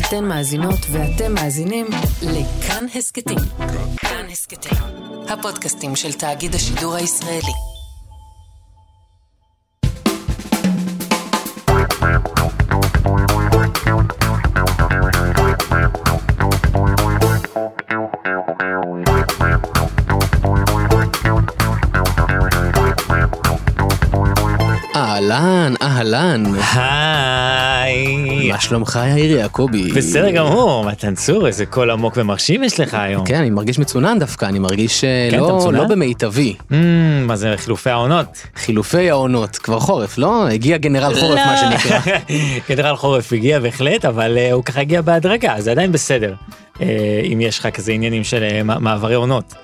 אתן מאזינות ואתם מאזינים לכאן הסכתים. כאן הסכתים, הפודקאסטים של תאגיד השידור הישראלי. אהלן, אהלן. אה. היי. מה שלומך יאיר יעקבי? בסדר גמור, מתן צור, איזה קול עמוק ומרשים יש לך היום. כן, אני מרגיש מצונן דווקא, אני מרגיש אה, כן, אתה לא, מצונן? לא במיטבי. אמ, מה זה חילופי העונות? חילופי העונות, כבר חורף, לא? הגיע גנרל חורף, מה לא. שנקרא. גדרל חורף הגיע בהחלט, אבל אה, הוא ככה הגיע בהדרגה, זה עדיין בסדר. אה, אם יש לך כזה עניינים של אה, מע- מעברי עונות.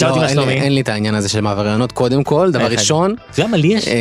שאלתי לא, מה אין לי- שלומי. אין לי את העניין הזה של מעברי עונות, קודם כל, דבר איך ראשון. אתה יודע מה לי יש? אה,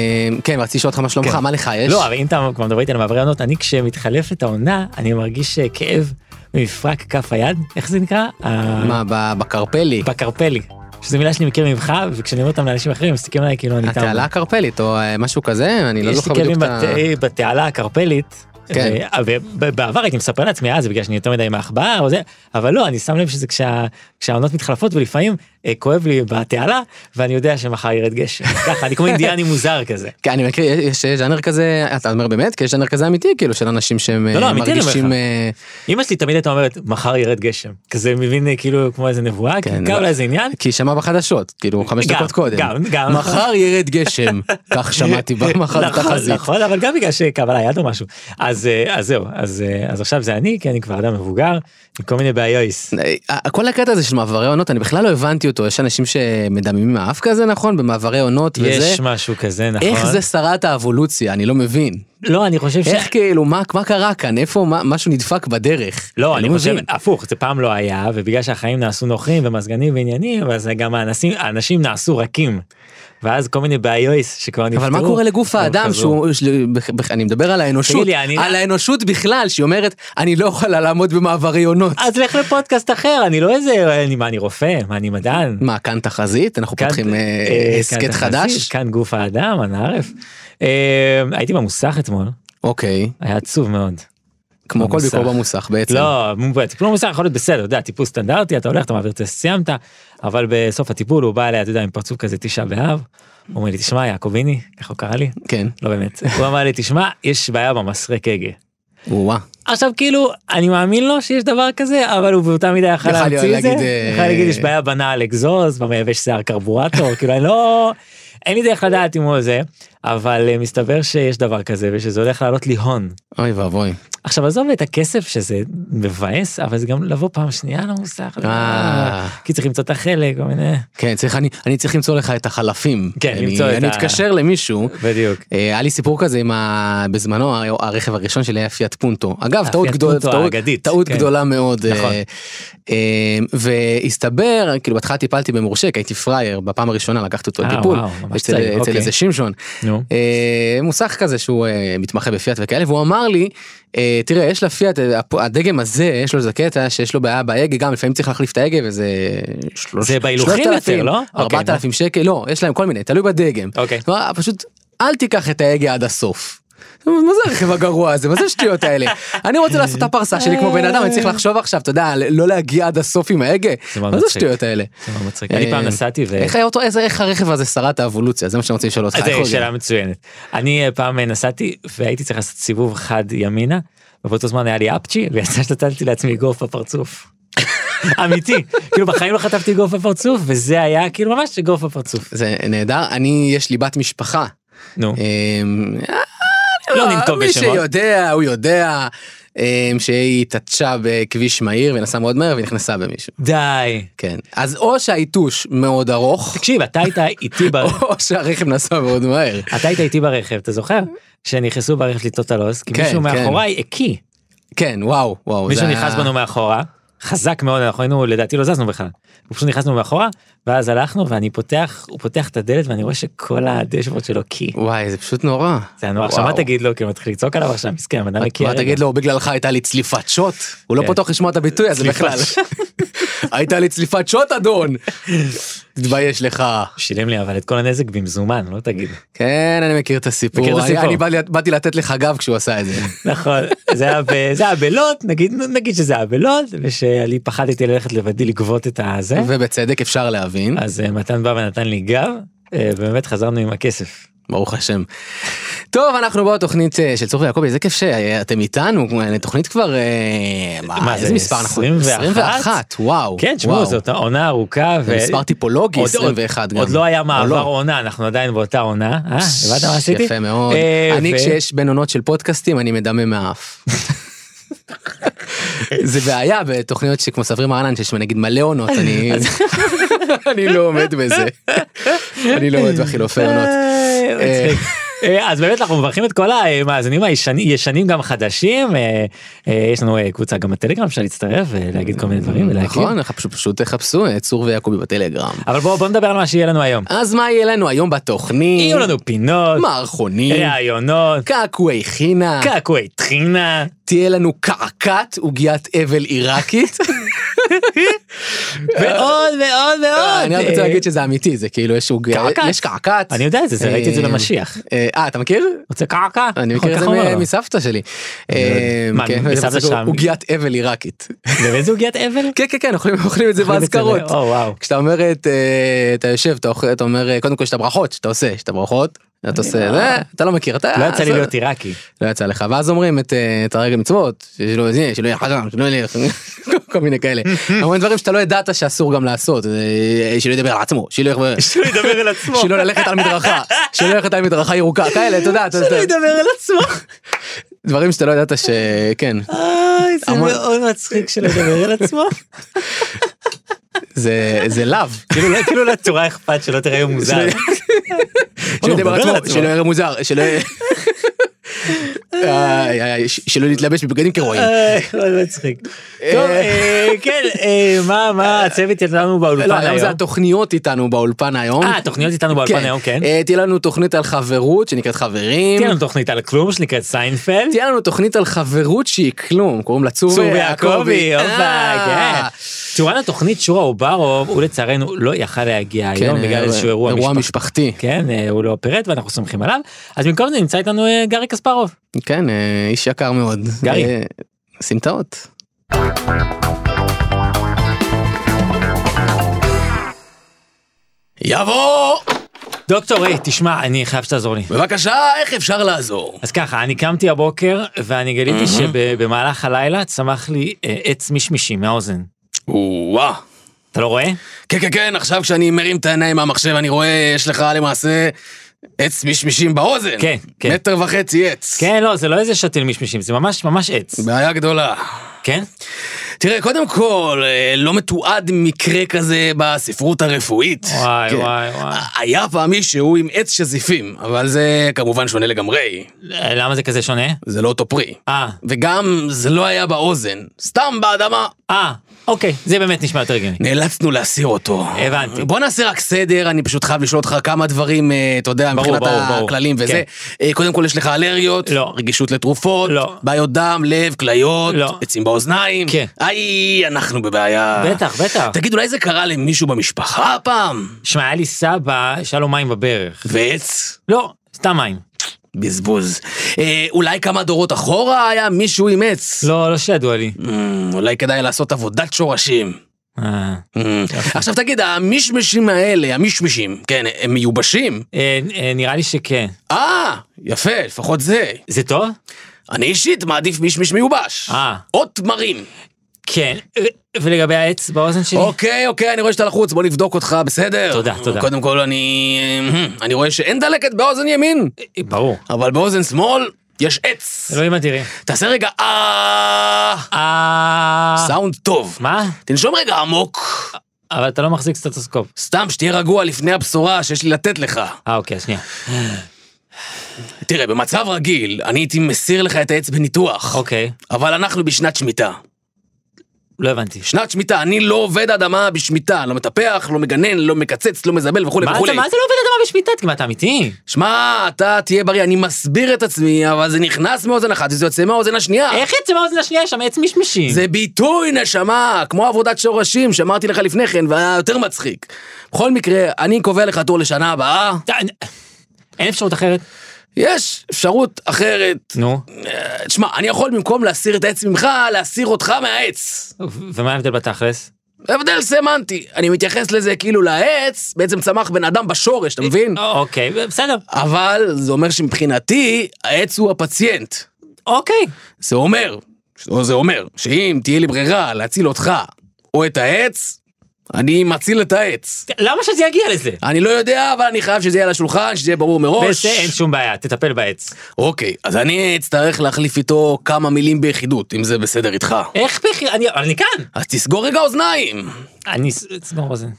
כן, רציתי לשאול אותך מה שלומך, כן. מה לך יש? לא, אבל אם אתה כבר מדבר איתי על מעברי עונות, אני כשמתחלפת העונה, אני מרגיש אה, כאב במפרק כף היד, איך זה נקרא? ה- מה, ב- בקרפלי? בקרפלי. שזו מילה שאני מכיר ממך, וכשאני אומר אותם לאנשים אחרים, הם מסתכלים עליי כאילו אני איתם. התעלה הקרפלית או אה, משהו כזה, אני לא יש זוכר לי כאבים בדיוק את ה... בת- אה, בתעלה הקרפלית. כן. ו- ו- בעבר הייתי מספר לעצמי אה זה בגלל שאני יותר מדי מעכבר או זה אבל לא אני שם לב שזה כשה, כשהעונות מתחלפות ולפעמים אה, כואב לי בתעלה ואני יודע שמחר ירד גשם ככה אני כמו אינדיאני מוזר כזה. כן, אני מכיר, יש יש ז'אנר כזה, אתה אומר באמת? כי יש ז'אנר כזה אמיתי, כאילו, של אנשים שהם לא, לא, אה, אמיתי אני אומר מרגישים... לך. אה, אמא שלי תמיד הייתה אומרת מחר ירד גשם כזה מבין אה, כאילו כמו איזה נבואה כן, כן, גם לא. איזה עניין. כי היא שמעה בחדשות, כאילו, חמש גם, דקות קודם. גם, גם. מחר ירד גשם, כך שמעתי במחר נכון, תחזית. נכון אבל גם בגלל שקבלה יד או משהו אז אה, אז זהו אז אה, אז עכשיו זה אני כי אני כבר אדם מבוגר עם כל מיני בעיות. אה, כל הקטע הזה של מעברי עונות, אני בכלל לא הבנתי אותו, יש אנשים שמדממים מהאף כזה, נכון? במעברי עונות וזה. יש משהו כזה נכון. איך זה שרת האבולוציה? אני לא מבין. לא אני חושב ש... איך כאילו, מה מה קרה כאן? איפה מה- משהו נדפק בדרך? לא, אני חושב, מבין. הפוך, זה פעם לא היה, ובגלל שהחיים נעשו נוחים ומזגנים ועניינים, אז גם האנשים, האנשים נעשו רכים. ואז כל מיני בעיות שכבר נפתרו. אבל מה קורה לגוף הם האדם חזרו. שהוא, של- בח- בח- אני מדבר על האנושות, תגיד לי, אני- על האנושות בכלל, שהיא אומרת, אני לא יכולה לעמוד במעברי עונות. אז לך לפודקאסט אחר, אני לא איזה, אני, מה, אני רופא? מה, אני מדען? מה, כאן תחזית? אנחנו כאן- פותחים אה, אה, כאן הסכת תחזית, חדש? כאן כן, גוף האדם, אנא ערף. אה, הייתי במוסך אתמול, אוקיי, היה עצוב מאוד. כמו כל במוסך. ביקור במוסך בעצם. לא, טיפול במוסך יכול להיות בסדר, אתה יודע, טיפול סטנדרטי, אתה הולך, אתה מעביר טסט, סיימת, אבל בסוף הטיפול הוא בא אליי, אתה יודע, עם פרצוף כזה תשעה באב, הוא אומר לי, תשמע, יעקוביני, ככה הוא קרא לי, כן, לא באמת, הוא אמר לי, תשמע, יש בעיה במסרק הגה. וואה. עכשיו כאילו, אני מאמין לו שיש דבר כזה, אבל הוא באותה מידה יכל יכל להמציא את זה, להגיד, אה, יכל להגיד, יש בעיה בנעל אגזוז, במייבש שיער קרבורטור, כאילו, אני לא... אין לי דרך לדעת אם הוא זה, אבל אה, מסתבר שיש דבר כזה, ושזה הולך לעלות לי הון. אוי ואבוי. עכשיו עזוב את הכסף שזה מבאס אבל זה גם לבוא פעם שנייה למוסך אה. כי צריך למצוא את החלק כל מיני כן, צריך, אני, אני צריך למצוא לך את החלפים. כן, אני, למצוא את אני ה- אתקשר למישהו. בדיוק. אה, היה לי סיפור כזה עם ה... בזמנו ה- הרכב הראשון שלי היה פיאט פונטו. אגב, הפיאט טעות, גדול, אה, פונטו טעות, האגדית, טעות כן. גדולה מאוד. נכון. אה, אה, והסתבר, כאילו בהתחלה טיפלתי במורשה, כי הייתי פראייר, בפעם הראשונה לקחתי אותו אה, לטיפול. וואו, ממש אצל- צעיר, אצל אוקיי. איזה שמשון. נו. אה, מוסך כזה שהוא אה, מתמחה בפיאט וכאלה, והוא אמר לי, אה, תראה, יש לפיאט, אה, הפ- הדגם הזה, יש לו איזה קטע שיש לו בעיה בהגה, גם לפעמים צריך להחליף את ההגה וזה... שלוש- זה בהילוכים 3,000, יותר, לא? אוקיי, 4,000 שקל, לא, יש להם כל מיני, תלוי בדגם. אוקיי. כלומר, פשוט אל תיקח את ההגה עד הסוף. מה זה הרכב הגרוע הזה? מה זה השטויות האלה? אני רוצה לעשות את הפרסה שלי כמו בן אדם, אני צריך לחשוב עכשיו, אתה יודע, לא להגיע עד הסוף עם ההגה? זה מאוד מה זה מצחיק. השטויות האלה? זה מאוד מצחיק. אני פעם אה, נסעתי ו... איך היה אותו, איזה- איך הרכב הזה שרד האבולוציה? זה מה שאני רוצה לשאול אותך. איך אז הוא זו הגיע? שאלה מצוינת. אני אה, פעם אה, נסעתי והייתי צריך לעשות סיבוב חד ימינה ובאותו זמן היה לי אפצ'י ויצא שנתתי לעצמי אגרוף בפרצוף. אמיתי כאילו בחיים לא חטפתי אגרוף בפרצוף וזה היה כאילו ממש אגרוף בפרצוף. זה נהדר, אני, יש לי בת משפחה. נו. אמ, לא אה, ננקוב מי בשמות. שיודע, הוא יודע, אמ, שהיא התעטשה בכביש מהיר ונסעה מאוד מהר ונכנסה במישהו. די. כן. אז או שהעיתוש מאוד ארוך, תקשיב אתה היית איתי ב... או שהרכב נסע מאוד מהר. אתה היית איתי ברכב, אתה זוכר? שנכנסו ברכב לטעות הלוס, כי כן, מישהו כן. מאחוריי הקיא. כן, וואו, וואו. מישהו זה נכנס היה- בנו מאחורה, חזק מאוד, אנחנו היינו, לדעתי לא זזנו בכלל. הוא פשוט נכנסנו מאחורה, ואז הלכנו, ואני פותח, הוא פותח את הדלת, ואני רואה שכל הדשבורד שלו קיא. וואי, זה פשוט נורא. זה היה נורא. עכשיו וואו. מה תגיד לו, כאילו, מתחיל לצעוק עליו עכשיו, מסכן, הבן אדם הקיא. מה הרגע. תגיד לו, בגללך הייתה לי צליפת שוט? הוא לא כן. פתוח לשמוע את הביטוי הזה צליפת בכלל. הייתה לי צליפת שוט, אדון. תתבייש לך. שילם לי אבל את כל הנזק במזומן, לא תגיד. כן, אני מכיר את הסיפור. מכיר את אני- הסיפור. אני בא לי- באתי לתת לך גב כשהוא עשה את זה. נכון, זה היה ב- זה היה בלוד, נגיד נגיד שזה היה בלוד, ושאני פחדתי ללכת לבדי לגבות את הזה, ובצדק אפשר להבין, אז אה, מתן בא ונתן לי גב, אה, ובאמת חזרנו עם הכסף. ברוך השם. טוב, אנחנו בעוד תוכנית אה, של צורך ויעקבי, איזה כיף שאתם איתנו, אה, תוכנית כבר, אה, מה, מה, איזה זה מספר אנחנו? 21? 21, וואו. כן, תשמעו, וואו. זאת עונה ארוכה. זה ו- מספר טיפולוגי, עוד- 21 עוד- גם. עוד לא היה או מעבר לא. עונה, אנחנו עדיין באותה עונה. אה, הבנת מה עשיתי? יפה מאוד. אה, אני ו- כשיש בין עונות של פודקאסטים אני מדמם מהאף. זה בעיה בתוכניות שכמו סברי מרנן שיש נגיד מלא עונות אני אני לא עומד בזה. אני לא עומד בחילופי עונות. אה, מצחיק. אה, אז באמת אנחנו מברכים את כל המאזינים הישנים גם חדשים אה, אה, יש לנו אה, קבוצה גם בטלגרם אפשר להצטרף ולהגיד כל מיני אה, דברים ולהקים. נכון אנחנו פשוט- פשוט תחפשו אה, צור ויעקבי בטלגרם. אבל בואו בוא נדבר על מה שיהיה לנו היום. אז מה יהיה לנו היום בתוכנית? יהיו לנו אה, פינות, מערכונים, ראיונות, קעקועי חינה, קעקועי אה. טחינה, תהיה לנו קעקעת עוגיית אבל עיראקית. ועוד ועוד ועוד. אני רק רוצה אה, להגיד שזה אמיתי זה כאילו יש עוג- קעקעת. יש קעקעת. אני יודע את זה, זה, ראיתי את זה אה, במשיח. אה, אה אתה מכיר? רוצה קעקע? אני נכון, מכיר את ככה הוא זה אמר מ- לו. מסבתא שלי. לא יודע. אה, מה, כן, מסבתא זה פשוט שלך? עוגיית אבל עיראקית. באמת זה עוגיית אבל? כן כן כן אוכלים אוכלים את זה אוכלים את זה באזכרות. ב- או, וואו. כשאתה אומר את אה, אתה יושב אתה אוכל אתה אומר אה, קודם כל יש את הברכות שאתה עושה יש את הברכות. אתה עושה לא- זה אתה לא מכיר אתה לא יצא לי זה- להיות עיראקי. לא יצא לך ואז אומרים את אה, את הרגל מצוות שלא זה, שלא יהיה חזם שלא יהיה כל מיני כאלה. המון דברים שאתה לא ידעת שאסור גם לעשות אה, שלא ידבר על עצמו שלא יחבר. שהוא ידבר על עצמו. שלא ללכת על מדרכה, שלא ללכת על מדרכה ירוקה, כאלה, אתה יודע, אתה שלא יודע, ידבר על עצמו. דברים שאתה לא ידעת שכן, אוי, זה המון- מאוד מצחיק שלא ידבר על עצמו. זה זה לאו. כאילו לא- כאילו לצורה אכפת שלא תראה מוזר. שלא- שלא ידבר על עצמו, שלא יראה מוזר, שלא... אה. איי, איי, איי, ש- שלא להתלבש בבגדים כרואים. איי, מאוד מצחיק. טוב, אה, כן, אה, מה, מה, הצוות שלנו לא, באולפן היום זה היום? התוכניות איתנו באולפן היום. אה, התוכניות איתנו באולפן היום, כן. אה, תהיה לנו תוכנית על חברות שנקראת חברים. תהיה לנו תוכנית על כלום שנקראת סיינפלד. תהיה לנו תוכנית על חברות שהיא כלום, קוראים לה צור צור ויעקבי. ויעקבי, הופה, אה. כן. תורן התוכנית שורה אוברוב, הוא לצערנו לא יכל להגיע כן, היום בגלל אה, איזשהו אירוע אירוע משפחתי. משפחתי. כן, אה, הוא לא פירט ואנחנו סומכים עליו. אז במקום זה נמצא איתנו אה, גארי קספרוב. כן, אה, איש יקר מאוד. גרי. אה, סמטאות. יבוא! דוקטור, היי, תשמע, אני חייב שתעזור לי. בבקשה, איך אפשר לעזור? אז ככה, אני קמתי הבוקר ואני גיליתי שבמהלך הלילה צמח לי אה, עץ מישמישים מהאוזן. וואה. אתה לא רואה? כן, כן, כן, עכשיו כשאני מרים את העיניים מהמחשב, אני רואה, יש לך למעשה עץ משמישים באוזן. כן, כן. מטר וחצי עץ. כן, לא, זה לא איזה שתיל מישמישים, זה ממש ממש עץ. בעיה גדולה. כן? תראה, קודם כל, אה, לא מתועד מקרה כזה בספרות הרפואית. וואי, כן. וואי, וואי. היה פעם מישהו עם עץ שזיפים, אבל זה כמובן שונה לגמרי, אה, למה זה כזה שונה? זה לא אותו פרי. אה, וגם זה לא היה באוזן, סתם באדמה. אה, אוקיי, זה באמת נשמע יותר הגיוני. נאלצנו להסיר אותו. הבנתי. בוא נעשה רק סדר, אני פשוט חייב לשאול אותך כמה דברים, אה, אתה יודע, ברור, מבחינת ברור, ברור. הכללים וזה. אה, קודם כל, יש לך אלרגיות, לא. רגישות לתרופות, לא. בעיות דם, לב, כליות, לא. עצים באוזניים. כן. איי, אנחנו בבעיה. בטח, בטח. תגיד, אולי זה קרה למישהו במשפחה פעם? שמע, היה לי סבא, שהיה לו מים בברך. ועץ? לא, סתם מים. בזבוז. אה, אולי כמה דורות אחורה היה מישהו עם עץ. לא, לא שידוע לי. אמ, אולי כדאי לעשות עבודת שורשים. אה, אמ, עכשיו תגיד, המשמשים האלה, המשמשים, כן, הם מיובשים? אה, אה, נראה לי שכן. אה, יפה, לפחות זה. זה טוב? אני אישית מעדיף משמש מיובש. אה. או תמרים. כן. ו- ולגבי העץ באוזן שלי? אוקיי, אוקיי, אני רואה שאתה לחוץ, בוא נבדוק אותך, בסדר? תודה, תודה. קודם כל, אני... אמ, אני רואה שאין דלקת באוזן ימין, אה, ברור. אבל באוזן שמאל יש עץ. אלוהים אדירים. תעשה רגע אה... אה... סאונד טוב. מה? תנשום רגע עמוק. אבל אתה לא מחזיק סטטוסקופ. סתם שתהיה רגוע לפני הבשורה שיש לי לתת לך. אה, אוקיי, אז שנייה. תראה, במצב רגיל, אני הייתי מסיר לך את העץ בניתוח. אוקיי. אבל אנחנו בשנת שמיטה. לא הבנתי. שנת שמיטה, אני לא עובד אדמה בשמיטה, לא מטפח, לא מגנן, לא מקצץ, לא מזבל וכולי מה וכולי. אה. אתה, מה זה לא עובד אדמה בשמיטה? מה אתה אמיתי? שמע, אתה תהיה בריא, אני מסביר את עצמי, אבל זה נכנס מאוזן אחת וזה יוצא מהאוזן השנייה. איך יצא מהאוזן השנייה? יש שם עץ מישמישים. זה ביטוי, נשמה, כמו עבודת שורשים שאמרתי לך לפני כן, והיה יותר מצחיק. בכל מקרה, אני קובע לך טור לשנה הבאה. אתה- אה, אין אפשרות אחרת? יש אפשרות אחרת. נו. אה, תשמע, אני יכול במקום להסיר את העץ ממך, להסיר אותך מהעץ. ו- ומה ההבדל בתכלס? הבדל סמנטי. אני מתייחס לזה כאילו לעץ, בעצם צמח בן אדם בשורש, אתה מבין? או- אוקיי, בסדר. אבל זה אומר שמבחינתי, העץ הוא הפציינט. אוקיי. זה אומר, או זה אומר, שאם תהיה לי ברירה להציל אותך או את העץ, אני מציל את העץ. למה שזה יגיע לזה? אני לא יודע, אבל אני חייב שזה יהיה על השולחן, שזה יהיה ברור מראש. בזה אין שום בעיה, תטפל בעץ. אוקיי, אז אני אצטרך להחליף איתו כמה מילים ביחידות, אם זה בסדר איתך. איך בכלל? אני אבל אני כאן. אז תסגור רגע אוזניים. אני ס- אסגור אוזן.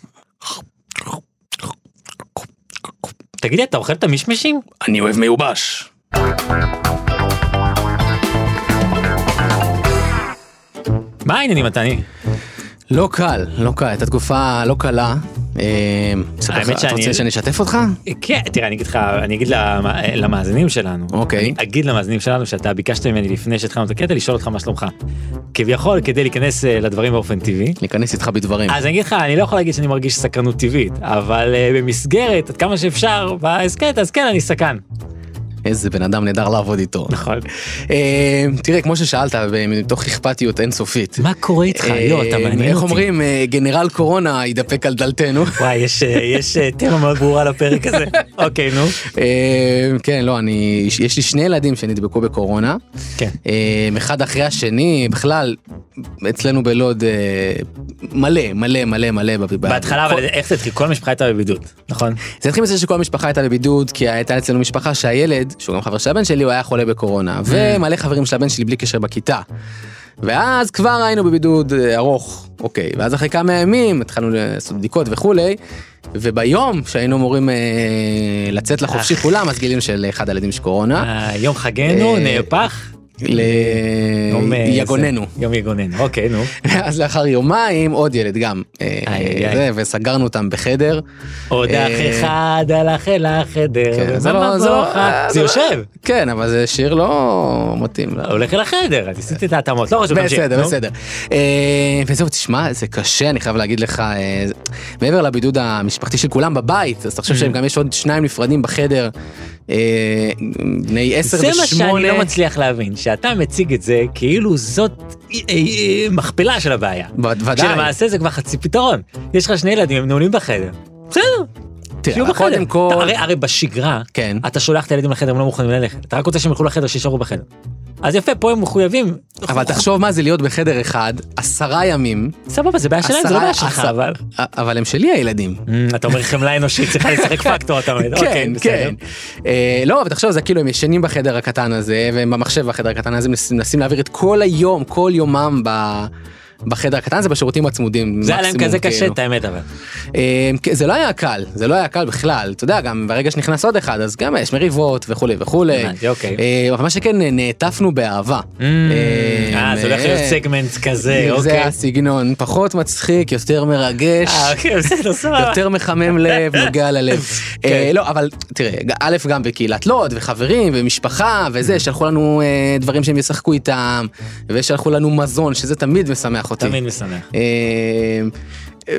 תגיד לי, אתה אוכל את המשמשים? אני אוהב מיובש. מה העניינים מתני? לא קל, לא קל, הייתה תקופה לא קלה. אה, אספר לך, אתה האמת שאני- רוצה שאני אשתף אותך? כן, תראה, אני אגיד לך, אני אגיד למ- למאזינים שלנו. אוקיי. אני אגיד למאזינים שלנו שאתה ביקשת ממני לפני שהתחלנו את הקטע לשאול אותך מה שלומך. כביכול, כדי להיכנס אה, לדברים באופן טבעי. להיכנס איתך בדברים. אז אני אגיד לך, אני לא יכול להגיד שאני מרגיש סקרנות טבעית, אבל אה, במסגרת, עד כמה שאפשר, בהסכת, אז כן, אני סקן. איזה בן אדם נהדר לעבוד איתו. נכון. אה, תראה, כמו ששאלת, מתוך אכפתיות אינסופית. מה קורה איתך? לא, אתה אה, מעניין אותי. איך אומרים, אה, גנרל קורונה ידפק על דלתנו. וואי, יש, אה, יש אה, תמה מאוד ברורה לפרק הזה. אוקיי, נו. אה, כן, לא, אני, יש לי שני ילדים שנדבקו בקורונה. כן. אה, אחד אחרי השני, בכלל, אצלנו בלוד אה, מלא, מלא, מלא, מלא. בב- בהתחלה, אבל איך זה התחיל? כל המשפחה הייתה בבידוד, נכון? זה התחיל מזה שכל המשפחה הייתה בבידוד, כי הייתה אצלנו משפחה שהילד, שהוא גם חבר של הבן שלי, הוא היה חולה בקורונה, ומלא חברים של הבן שלי בלי קשר בכיתה. ואז כבר היינו בבידוד אה, ארוך, אוקיי, ואז אחרי כמה ימים התחלנו לעשות בדיקות וכולי, וביום שהיינו אמורים אה, לצאת לחופשי אך. כולם, אז גילינו שלאחד הילדים יש קורונה, אה, יום חגנו אה, נהפך. יום, אה, ליגוננו. זה- יום יגוננו, אוקיי, נו. אז לאחר יומיים עוד ילד גם, אה, איי, אה, איי. זה, וסגרנו אותם בחדר. עוד אה, אח אחד הלך אל החדר. כן, זה ומה לא- זה לא- מבוך? אה, זה לא- יושב. כן, אבל זה שיר לא מתאים. לא. הולך אל החדר, אז עשיתי את ההתאמות, לא חשוב, תמשיך, בסדר, נו. בסדר. אה, וזהו, תשמע, זה קשה, אני חייב להגיד לך, אה, זה- מעבר לבידוד המשפחתי של כולם בבית, אז Mm. תחשוב שגם יש עוד שניים נפרדים בחדר, אה, בני עשר זה מה שאני ושמונה. לא מצליח להבין, שאתה מציג את זה כאילו זאת אה, אה, מכפלה של הבעיה. בוודאי. כשלמעשה זה כבר חצי פתרון. יש לך שני ילדים, הם נעולים בחדר. בסדר, תראה, שיהיו אבל בחדר. קודם כל... אתה- הרי- הרי בשגרה, כן. אתה שולח את הילדים לחדר, הם לא מוכנים ללכת. אתה רק רוצה שהם ילכו לחדר, שישארו בחדר. אז יפה, פה הם מחויבים. אבל תחשוב מה זה להיות בחדר אחד, עשרה ימים, סבבה, זה בעיה שלהם, זה לא עשרה- בעיה שלך, עשרה- אבל... אבל הם שלי הילדים. אמ, אתה אומר חמלה אנושית, צריכה לשחק פקטור, אתה אומר. אוקיי, כן, בסדר. כן. אה, לא, אבל תחשוב, זה כאילו הם ישנים בחדר הקטן הזה, והם במחשב בחדר הקטן הזה, מנסים מנסים להעביר את כל היום, כל יומם ב... בחדר הקטן זה בשירותים הצמודים. זה היה להם מקסימום, כזה קשה, כאילו. את האמת, אבל. אה, כן, זה לא היה קל, זה לא היה קל בכלל, אתה יודע, גם ברגע שנכנס עוד אחד, אז גם אה, יש מריבות וכולי וכולי. הבנתי, אוקיי. Mm, אה, אבל מה שכן, אה, נעטפנו באהבה. אה, זה הולך להיות אה, סגמנט כזה, זה אוקיי. הסגנון, פחות מצחיק, יותר מרגש. אה, אוקיי, בסדר, סבבה. יותר מחמם לב, נוגע ללב. כן. אה, לא, אבל תראה, א', גם בקהילת לוד, וחברים, ומשפחה, וזה, שלחו לנו אה, דברים שהם ישחקו איתם, ושלחו לנו מזון, שזה תמיד משמח אותי. תמיד משמח. אה,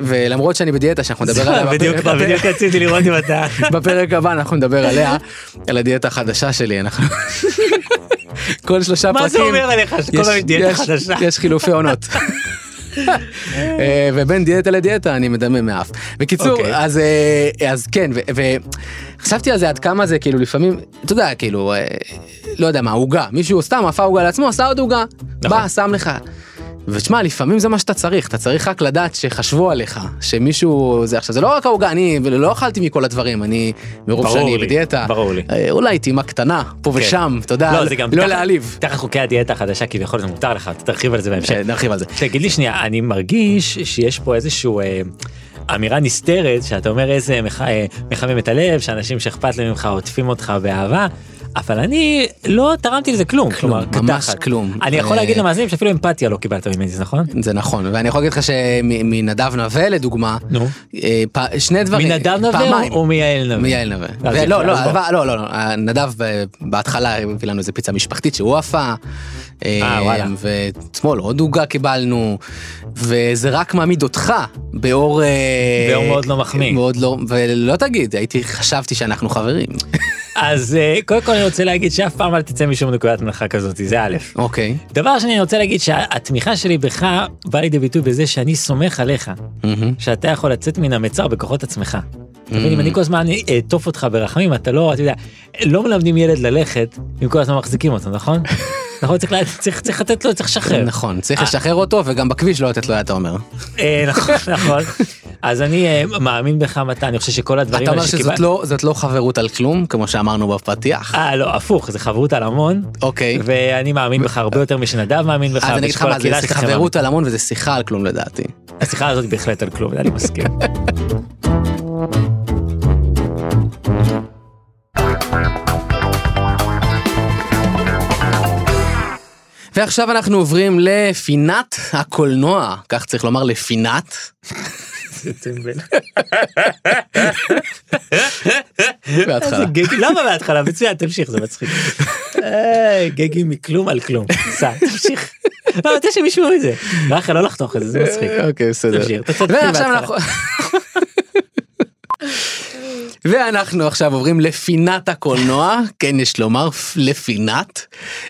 ולמרות שאני בדיאטה, שאנחנו נדבר עליה בפרק- בדיוק, בדיוק רציתי לראות אם אתה... בפרק הבא, אנחנו נדבר עליה, על הדיאטה החדשה שלי, אנחנו... כל שלושה פרקים... מה זה אומר עליך שכל יש- פעם יש דיאטה יש- חדשה? יש חילופי עונות. אה, ובין דיאטה לדיאטה אני מדמם מאף. בקיצור, אוקיי. אז אה, אז כן, וחשבתי על זה עד כמה זה כאילו לפעמים, אתה יודע, כאילו, אה, לא יודע מה, עוגה, מישהו סתם עפה עוגה לעצמו, עשה עוד עוגה, נכון. בא, שם לך. ותשמע, לפעמים זה מה שאתה צריך, אתה צריך רק לדעת שחשבו עליך, שמישהו, זה עכשיו, זה לא רק העוגה, אני לא אכלתי מכל הדברים, אני, מרוב ברור שאני לי, בדיאטה, ברור לי. אה, אולי טעימה קטנה, פה כן. ושם, אתה יודע, לא, זה גם לא תחת- להעליב. תחת חוקי הדיאטה החדשה כביכול זה מותר לך, אתה תרחיב על זה בהמשך. כן, נרחיב על זה. תגיד לי שנייה, אני מרגיש שיש פה איזשהו אה, אמירה נסתרת, שאתה אומר איזה מח- אה, מחמם את הלב, שאנשים שאכפת להם ממך עוטפים אותך באהבה, אבל אני לא תרמתי לזה כלום, כלום, כלומר, ממש קדחת. כלום. אני יכול אה, להגיד למאזינים שאפילו אמפתיה לא קיבלת ממני, זה נכון? זה נכון, ואני יכול להגיד לך שמנדב נווה לדוגמה, נו. אה, פ- שני דברים, מנדב נווה פעמיים. או מיעל נווה? מיעל נווה. אז ולא, יפה, לא, אז בוא. אבל- לא, לא, לא, נדב ב- בהתחלה הביא לנו איזה פיצה משפחתית שהוא עפה. אה, וואלה. ואתמול עוד עוגה קיבלנו, וזה רק מעמיד אותך באור... אה, באור מאוד לא מחמיא. מאוד לא, ולא תגיד, הייתי, חשבתי שאנחנו חברים. אז אה, קודם כל אני רוצה להגיד שאף פעם אל תצא משום נקודת מנחה כזאת, זה א'. אוקיי. דבר שני, אני רוצה להגיד שהתמיכה שלי בך באה לידי ביטוי בזה שאני סומך עליך, מהמם. שאתה יכול לצאת מן המצר בכוחות עצמך. אתה מבין, אם Mm. אני כל הזמן אעטוף אותך ברחמים, אתה לא, אתה יודע, לא מלמדים ילד ללכת אם כל הזמן מחזיקים אותו, נכון? נכון, צריך לה- צריך- צריך לתת לו, צריך לשחרר. נכון, צריך לשחרר אותו וגם בכביש לא לתת לו יד, אתה אומר. אה, נכון, נכון. אז אני אה, מאמין בך, מתן, אני חושב שכל הדברים אתה אומר האלה שזאת שקיבלת- לא- זאת לא חברות על כלום, כמו שאמרנו בפתיח. אה, לא, הפוך, זה חברות על המון, אוקיי. ואני מאמין בך הרבה יותר משנדב מאמין בך, אז אני אגיד לך ושכל מה, זה הקהילה זה שלכם מאמינה. חברות על המון וזה שיחה על כלום לדעתי. השיחה הזאת בהחלט על כלום, אני מסכים. ועכשיו אנחנו עוברים לפינת הקולנוע, כך צריך לומר לפינת. בהתחלה. איזה גג- למה בהתחלה? מצוין, תמשיך, זה מצחיק. אה, גגים מכלום על כלום. סע, תמשיך. לא, רוצה שהם ישמעו את זה. רחל, לא לחתוך את זה, זה מצחיק. אוקיי, בסדר. תמשיך, תתחיל ועכשיו בהתחלה. אנחנו... ואנחנו עכשיו עוברים לפינת הקולנוע, כן יש לומר, לפינת.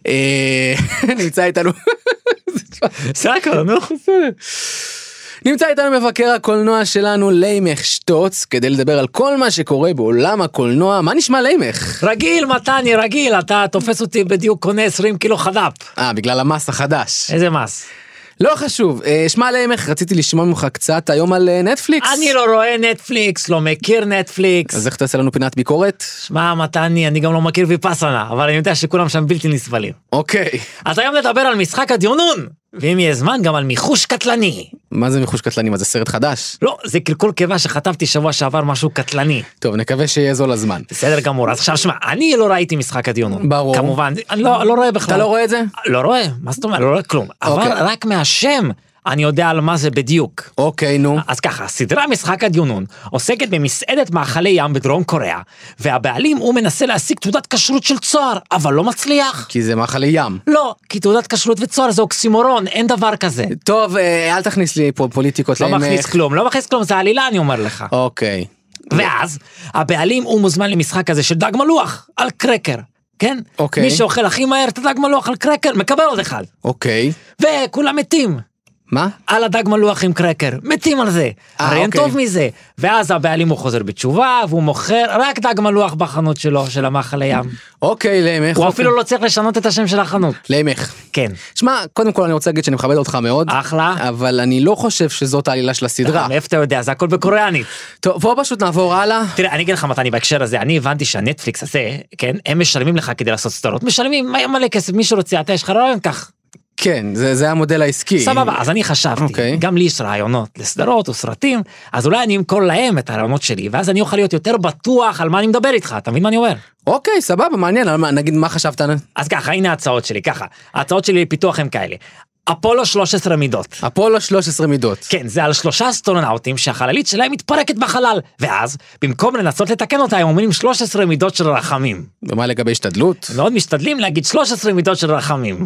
אה, נמצא איתנו... סע כבר, נו. נמצא איתנו מבקר הקולנוע שלנו לימך שטוץ כדי לדבר על כל מה שקורה בעולם הקולנוע מה נשמע לימך? רגיל, מתני, רגיל, אתה תופס אותי בדיוק קונה 20 קילו חד"פ. אה בגלל המס החדש איזה מס. לא חשוב אה, שמע לימך רציתי לשמוע ממך קצת היום על אה, נטפליקס אני לא רואה נטפליקס, לא מכיר נטפליקס. אז איך תעשה לנו פינת ביקורת? שמע, מתני, אני גם לא מכיר ויפאסנה, אבל אני יודע שכולם שם בלתי נסבלים. אוקיי אז היום נדבר על משחק הדיונון, ואם יהיה זמן גם על מיחוש קטלני. מה זה מחוש קטלני מה זה סרט חדש? לא, זה קלקול קיבה שחטפתי שבוע שעבר משהו קטלני. טוב נקווה שיהיה זול הזמן בסדר גמור, אז עכשיו שמע, אני לא ראיתי משחק הדיונון. ברור. כמובן, אני לא, לא רואה בכלל. אתה לא רואה את זה? לא רואה, מה זאת אומרת? לא רואה כלום. אוקיי. אבל רק מהשם אני יודע על מה זה בדיוק. אוקיי נו אז ככה, הסדרה משחק עד יונון עוסקת במסעדת מאכלי ים בדרום קוריאה, והבעלים הוא מנסה להשיג תעודת כשרות של צוהר, אבל לא מצליח. כי זה מאכל ים. לא, כי תעודת כשרות וצוהר זה אוקסימורון, אין דבר כזה. טוב אה, אל תכניס לי פה פוליטיקות לא לימך. מכניס כלום, לא מכניס כלום, זה עלילה אני אומר לך. אוקיי. ואז הבעלים הוא מוזמן למשחק הזה של דג מלוח על קרקר, כן? אוקיי. מי שאוכל הכי מהר את הדג מלוח על קרקר מקבל עוד אחד. אוקיי. וכולם מתים מה? על הדג מלוח עם קרקר, מתים על זה. אה, הרי אין אוקיי. טוב מזה. ואז הבעלים הוא חוזר בתשובה והוא מוכר רק דג מלוח בחנות שלו, של המאכל הים. אוקיי לימך. הוא אפילו לא צריך לשנות את השם של החנות. לימך. כן. שמע, קודם כל אני רוצה להגיד שאני מכבד אותך מאוד. אחלה. אבל אני לא חושב שזאת העלילה של הסדרה. מאיפה אתה יודע? זה הכל בקוריאנית. טוב, בוא פשוט נעבור הלאה. תראה, אני אגיד לך מתני בהקשר הזה, אני הבנתי שהנטפליקס הזה, כן, הם משלמים לך כדי לעשות סדרות. משלמים מ- מלא כסף, מי שרוצה, אתה יש לך רעיון כך. כן, זה זה המודל העסקי. סבבה, אז אני חשבתי, אוקיי. גם לי יש רעיונות לסדרות או סרטים, אז אולי אני אמכור להם את הרעיונות שלי, ואז אני אוכל להיות יותר בטוח על מה אני מדבר איתך, אתה מבין מה אני אומר? אוקיי, סבבה, מעניין, על מה- נגיד מה חשבת? אז ככה, הנה ההצעות שלי, ככה, ההצעות שלי לפיתוח הם כאלה. אפולו 13 מידות. אפולו 13 מידות. כן, זה על שלושה אסטרונאוטים שהחללית שלהם מתפרקת בחלל, ואז, במקום לנסות לתקן אותה, הם אומרים 13 מידות של רחמים. ומה לגבי השתדלות? מאוד משתדלים להגיד 13 מידות של רחמים.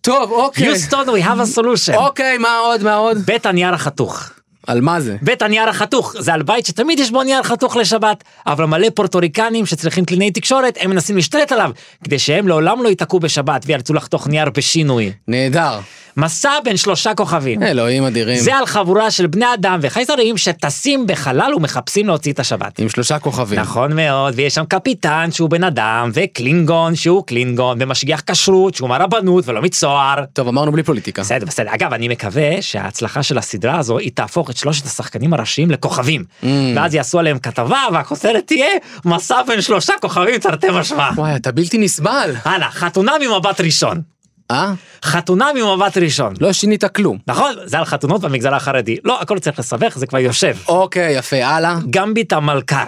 טוב, אוקיי. יוסטון, we have a solution. אוקיי, מה עוד, מה עוד? בית הנייר החתוך. על מה זה? בית הנייר החתוך, זה על בית שתמיד יש בו נייר חתוך לשבת, אבל מלא פורטוריקנים שצריכים קלינאי תקשורת, הם מנסים להשתלט עליו, כדי שהם לעולם לא ייתקעו בשבת וירצו לחתוך נייר בשינוי. נהדר. מסע בין שלושה כוכבים. אלוהים אדירים. זה על חבורה של בני אדם וחייזרים שטסים בחלל ומחפשים להוציא את השבת. עם שלושה כוכבים. נכון מאוד, ויש שם קפיטן שהוא בן אדם, וקלינגון שהוא קלינגון, ומשגיח כשרות שהוא מהרבנות ולא מצוהר. טוב, אמרנו בלי פוליטיקה. בסדר, בסדר. אגב, אני מקווה שההצלחה של הסדרה הזו, היא תהפוך את שלושת השחקנים הראשיים לכוכבים. ואז יעשו עליהם כתבה, והכותרת תהיה מסע בין שלושה כוכבים תרתי משמע. וואי, אתה בלתי נסבל. הלאה, חתונה ממבט ראשון. אה? חתונה ממבט ראשון. לא שינית כלום. נכון? זה על חתונות במגזר החרדי. לא, הכל צריך לסבך, זה כבר יושב. אוקיי, יפה, הלאה. גמבית המלכר.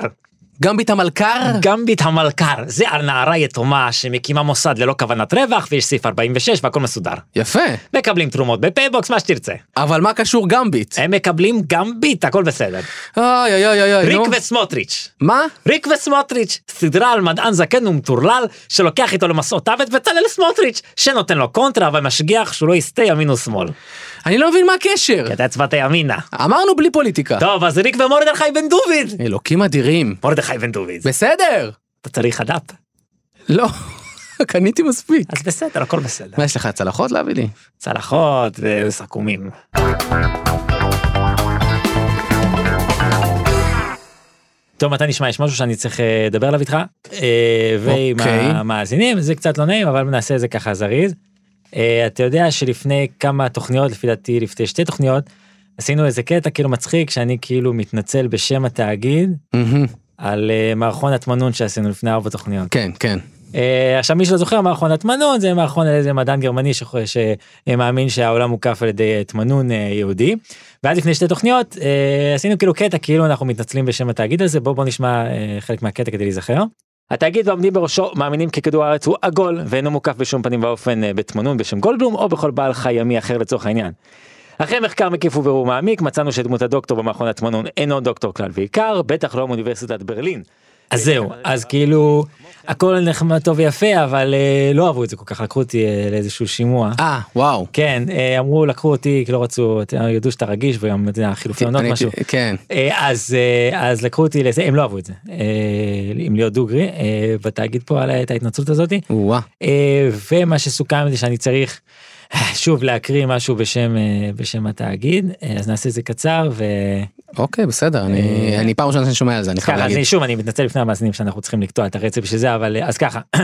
גמבית המלכר? גמבית המלכר, זה על נערה יתומה שמקימה מוסד ללא כוונת רווח ויש סעיף 46 והכל מסודר. יפה. מקבלים תרומות בפייבוקס, מה שתרצה. אבל מה קשור גמבית? הם מקבלים גמבית, הכל בסדר. אוי אוי אוי אוי, ריק נו. וסמוטריץ'. לא- מה? ריק וסמוטריץ', סדרה על מדען זקן ומטורלל שלוקח איתו למסעות עוות בצלאל סמוטריץ', שנותן לו קונטרה ומשגיח שהוא לא יסטה ימין ושמאל. אני לא מבין מה הקשר. כי אתה הצבעת ימינה. אמרנו בלי פוליטיקה. טוב, אז ריק ומרדכי בן דוד. אלוקים אדירים. מרדכי בן דוד. בסדר. אתה צריך הדף? לא, קניתי מספיק. אז בסדר, הכל בסדר. מה יש לך צלחות להביא לי? צלחות וסכומים. טוב, מתי נשמע? יש משהו שאני צריך אה, לדבר עליו איתך? אה, ועם אוקיי. המאזינים, זה קצת לא נעים, אבל נעשה את זה ככה זריז. אה, אתה יודע שלפני כמה תוכניות, לפי דעתי לפני שתי תוכניות, עשינו איזה קטע כאילו מצחיק, שאני כאילו מתנצל בשם התאגיד מהמם. על אה, מערכון התמנון שעשינו לפני ארבע תוכניות. כן, כן. אה, עכשיו מי שלא זוכר מערכון הטמנון זה מערכון על איזה מדען גרמני שחו- שמאמין שהעולם מוקף על ידי טמנון אה, יהודי. ואז לפני שתי תוכניות אה, עשינו כאילו קטע כאילו אנחנו מתנצלים בשם התאגיד הזה בוא בוא נשמע אה, חלק מהקטע כדי להיזכר. התאגיד והעומדים בראשו מאמינים כי כדור הארץ הוא עגול ואינו מוקף בשום פנים ואופן אה, בטמנון בשם גולדבלום או בכל בעל חי ימי אחר לצורך העניין. אחרי מחקר מקיף ובירור מעמיק מצאנו שדמות הדוקטור במכון הטמנון אינו דוקטור כלל ועיקר בטח לא מאוניברסיטת ברלין. אז זהו אז כאילו הכל נחמד טוב ויפה אבל אה, לא אהבו את זה כל כך לקחו אותי אה, לאיזשהו שימוע. אה, וואו. כן אה, אמרו לקחו אותי כי לא רצו אתה- ידעו שאתה רגיש וגם אתה יודע, חילופי עונות אני- משהו. כן. אה, אז אה, אז לקחו אותי לזה הם לא אהבו את זה אה, אם להיות דוגרי אה, בתאגיד פה על את ההתנצלות הזאתי. וואה. אה, ומה שסוכם זה שאני צריך אה, שוב להקריא משהו בשם אה, בשם התאגיד אה, אז נעשה את זה קצר ו... אוקיי, בסדר. אני- אה, אני פעם ראשונה שאני שומע על זה, אני חייב ככה, אז להגיד. אני- שוב אני מתנצל לפני המאזינים שאנחנו צריכים לקטוע את הרצף של זה אבל אה, אז ככה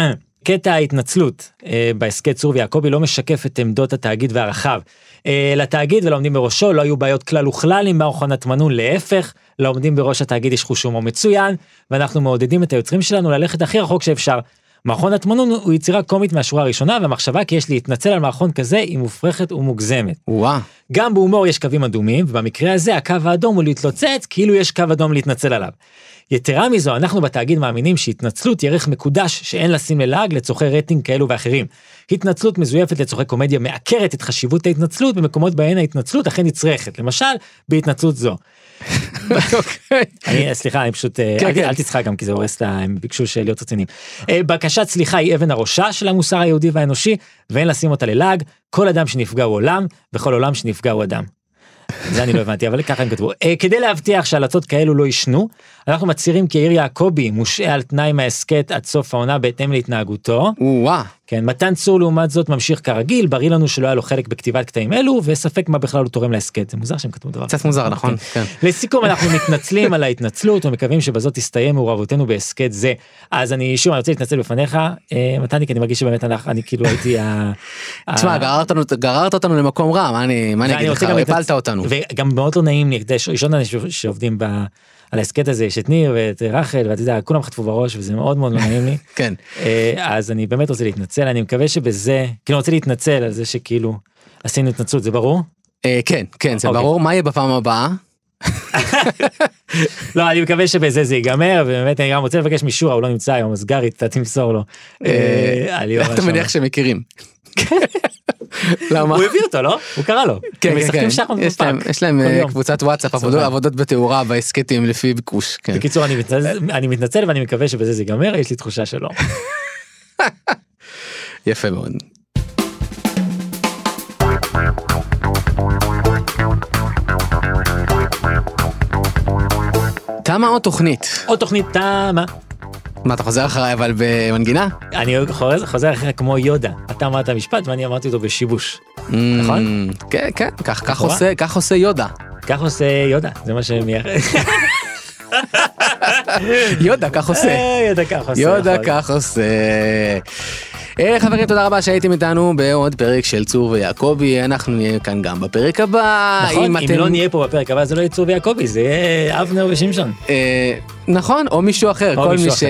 קטע ההתנצלות אה, בהסכת צור ויעקבי לא משקף את עמדות התאגיד והרחב. אה, לתאגיד ולעומדים בראשו לא היו בעיות כלל וכלל עם מערכון הטמנון להפך לעומדים בראש התאגיד יש חוש הומור מצוין ואנחנו מעודדים את היוצרים שלנו ללכת הכי רחוק שאפשר. מערכון הטמנון הוא יצירה קומית מהשורה הראשונה והמחשבה כי יש להתנצל על מערכון כזה היא מופרכת ומוגזמת. וואה. גם בהומור יש קווים אדומים, ובמקרה הזה הקו האדום הוא להתלוצץ כאילו יש קו אדום להתנצל עליו. יתרה מזו, אנחנו בתאגיד מאמינים שהתנצלות היא ערך מקודש שאין לשים ללעג לצורכי רייטינג כאלו ואחרים. התנצלות מזויפת לצורכי קומדיה מעקרת את חשיבות ההתנצלות במקומות בהן ההתנצלות אכן נצרכת, למשל בהתנצלות זו. אוקיי. אני, סליחה, אני פשוט, אה, כן, אל- כן. אל תצחק גם כי זה הורס את ה... הם ביקשו של- להיות רציניים. אה, בקשת סליחה היא אבן הראשה של המוסר היהודי והאנושי, ואין לשים אותה ללעג, כל אדם שנפגע הוא עולם, וכל עולם שנפגע הוא אדם. זה אני לא הבנתי, אבל ככה הם כתבו. אה, כדי להבטיח שהלצות כאלו לא יישנו, אנחנו מצהירים כי יאיר יעקבי מושעה על תנאי מההסכת עד סוף העונה בהתאם להתנהגותו. וואה. כן, מתן צור לעומת זאת ממשיך כרגיל, בריא לנו שלא היה לו חלק בכתיבת קטעים אלו, וספק מה בכלל הוא תורם להסכת. זה מוזר שהם כתבו דבר. קצת מוזר, נכון? כן. לסיכום אנחנו מתנצלים על ההתנצלות ומקווים שבזאת תסתיים מעורבותנו בהסכת זה אז אני שוב אני רוצה להתנצל בפניך אה, מתני כי אני מרגיש שבאמת אנחנו אני כאילו הייתי ה... תשמע, ה- גררת אותנו- גררת אותנו למקום רע, מה אני מה אני אה, ואני אגיד לך? רוצה גם הפלת להתנצ- אותנו. וגם מאוד לא נעים לי אתה יודע, ראשון האנשים שעובדים ב... על ההסכת הזה יש את ניר ואת רחל ואתה יודע כולם חטפו בראש וזה מאוד מאוד לא נעים לי כן. אה, אז אני באמת רוצה להתנצל אני מקווה שבזה כאילו אני רוצה להתנצל על זה שכאילו עשינו התנצלות זה ברור. אה, כן, כן, זה אוקיי. ברור. מה יהיה בפעם הבאה? לא, אני מקווה שבזה זה ייגמר, ובאמת אני גם רוצה לבקש משורה, הוא לא נמצא היום, אז גרי, אתה תמסור לו. אה, על יום אתה השבת. מניח שמכירים. למה? הוא הביא אותו, לא? הוא קרא לו. כן, הם כן, כן. משחקים שחמט יש להם- בפארק. יש להם כל אה, יום. קבוצת וואטסאפ, עבודות- סבבה. עבודות בתאורה בהסכתים לפי ביקוש. כן. בקיצור, אני מתנצל- אני מתנצל ואני מקווה שבזה זה ייגמר, יש לי תחושה שלא. יפה מאוד. תמה עוד תוכנית. עוד תוכנית תמה. מה, אתה חוזר אחריי אבל במנגינה? אני חוזר- חוזר אחריך כמו יודה. אתה אמרת משפט ואני אמרתי אותו בשיבוש. נכון? Mm, כן, כן, כך- כך לכאורה. עושה- כך עושה יודה. כך עושה יודה, זה מה שהם יח... יודה כך עושה. אה, יודה כך עושה. יודה נכון. כך עושה. אה, חברים, תודה רבה שהייתם איתנו בעוד פרק של צור ויעקבי, אנחנו נהיה כאן גם בפרק הבא. נכון, אם אתם- לא נהיה פה בפרק הבא זה לא יהיה צור ויעקבי, זה יהיה אבנר ושמשון. אה, נכון, או מישהו אחר, או כל מי מישהו אחר.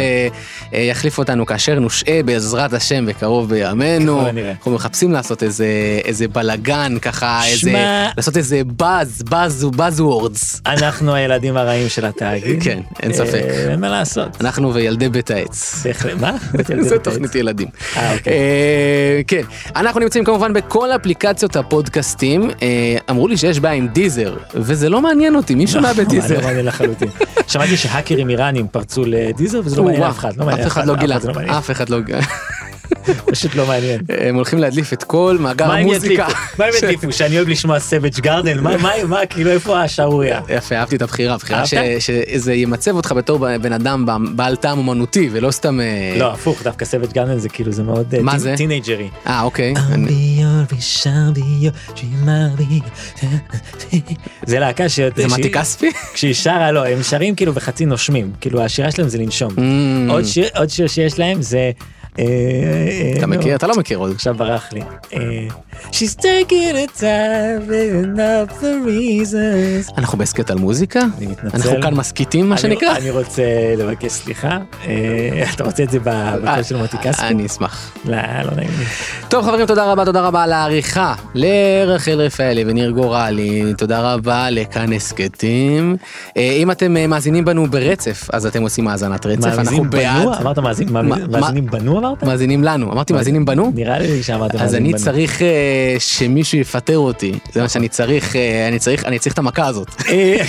שיחליף אותנו כאשר נושעה בעזרת השם בקרוב בימינו. ככל הנראה. אנחנו מחפשים לעשות איזה, איזה בלאגן ככה, איזה, שמע- לעשות איזה באז, באז, באז וורדס. אנחנו הילדים הרעים של התאגיד. כן, אין ספק. אה, אין מה לעשות. אנחנו וילדי בית העץ. בהחלט, מה? כן, זה תוכנית ילדים. אה, אוקיי. אה, כן, אנחנו נמצאים כמובן בכל אפליקציות הפודקאסטים. אה, אמרו לי שיש בעיה עם דיזר, וזה לא מעניין אותי, מי שומע בדיזר? לא מעניין לחלוטין. שמעתי שהאקרים איראנים פרצו לדיזר וזה לא או, מעניין וואו, אף אחד. לא מעניין אף אחד לא גילה, זה לא מעניין. אף אחד לא גילה. אה, פשוט לא מעניין. הם הולכים להדליף את כל מאגר מה הם ידליקו? המוזיקה. מה הם ש- ידליקו? שאני אוהב לשמוע סבג' גארדן? מה, מה, מה, כאילו איפה השערורייה? יפה, אהבתי את הבחירה, הבחירה אהבת? ש- שזה ימצב אותך בתור בן אדם בעל טעם אומנותי, ולא סתם... אה, לא, הפוך, דווקא סבג' גארדן זה כאילו, זה מאוד אה, מה טין- זה? טינג'רי. אה, אוקיי. I'll אני- be your wish, I'll be your dream, I'll be- זה להקה ש... זה מתי שהיא- כספי? כשהיא שרה, לא, הם שרים כאילו בחצי נושמים, כאילו השירה שלהם זה לנשום. Mm. עוד שיר- עוד שיר שיש להם זה... אה, אה, אתה נו, מכיר? אתה לא מכיר עוד. עכשיו ברח לי. אה, She's taking a time and up the reasons. אנחנו בהסכת על מוזיקה? אני מתנצל. אנחנו כאן מסכיתים, מה אני- לא- שנקרא? אני רוצה לבקש סליחה. אה, אתה רוצה את זה בקול של מוטי כספי? אה, אני אשמח. לא, לא נעים לי. טוב חברים, תודה רבה, תודה רבה על העריכה לרחל רפאלי וניר גורלי, תודה רבה לכאן הסכתים. אה, אם אתם אה, מאזינים בנו ברצף, אז אתם עושים האזנת רצף, אנחנו מאזינים בעד. בנו? אמרת מאזין- מה- מאזינים בנו אמרת? מאזינים לנו, אמרתי מאזינים בנו? נראה לי שאמרת מאזינים בנו. אז אני צריך אה, שמישהו יפטר אותי, זה מה שאני צריך, אה, אני צריך, אני צריך את המכה הזאת. אה,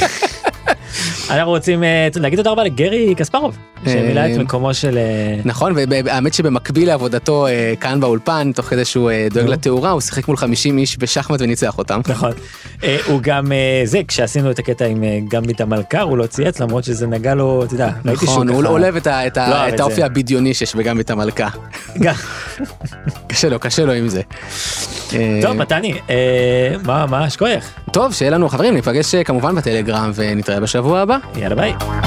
אנחנו רוצים אה, להגיד תודה רבה לגרי קספרוב, שמילא את אה, מקומו של... אה, נכון, והאמת שבמקביל לעבודתו אה, כאן באולפן, תוך כדי שהוא אה, דואג נו. לתאורה, הוא שיחק מול 50 איש בשחמט וניצח אותם. נכון. אה, הוא גם אה, זה, כשעשינו את הקטע עם אה, גם איתם מלכר, הוא לא צייץ, למרות שזה נגע לו, אתה יודע, ראיתי שהוא נכון, הוא ככה- עולב את ה- את לא, ה- אבל את זה- האופי הבדיוני שיש וגם את המלכה. גם- קשה לו, קשה לו עם זה. אה, טוב, מתני, אה, מה, מה, שכוייך? טוב, שיהיה לנו חברים, ניפגש אה, כמובן בטלגרם ונתראה בשבוע הבא. יאללה ביי.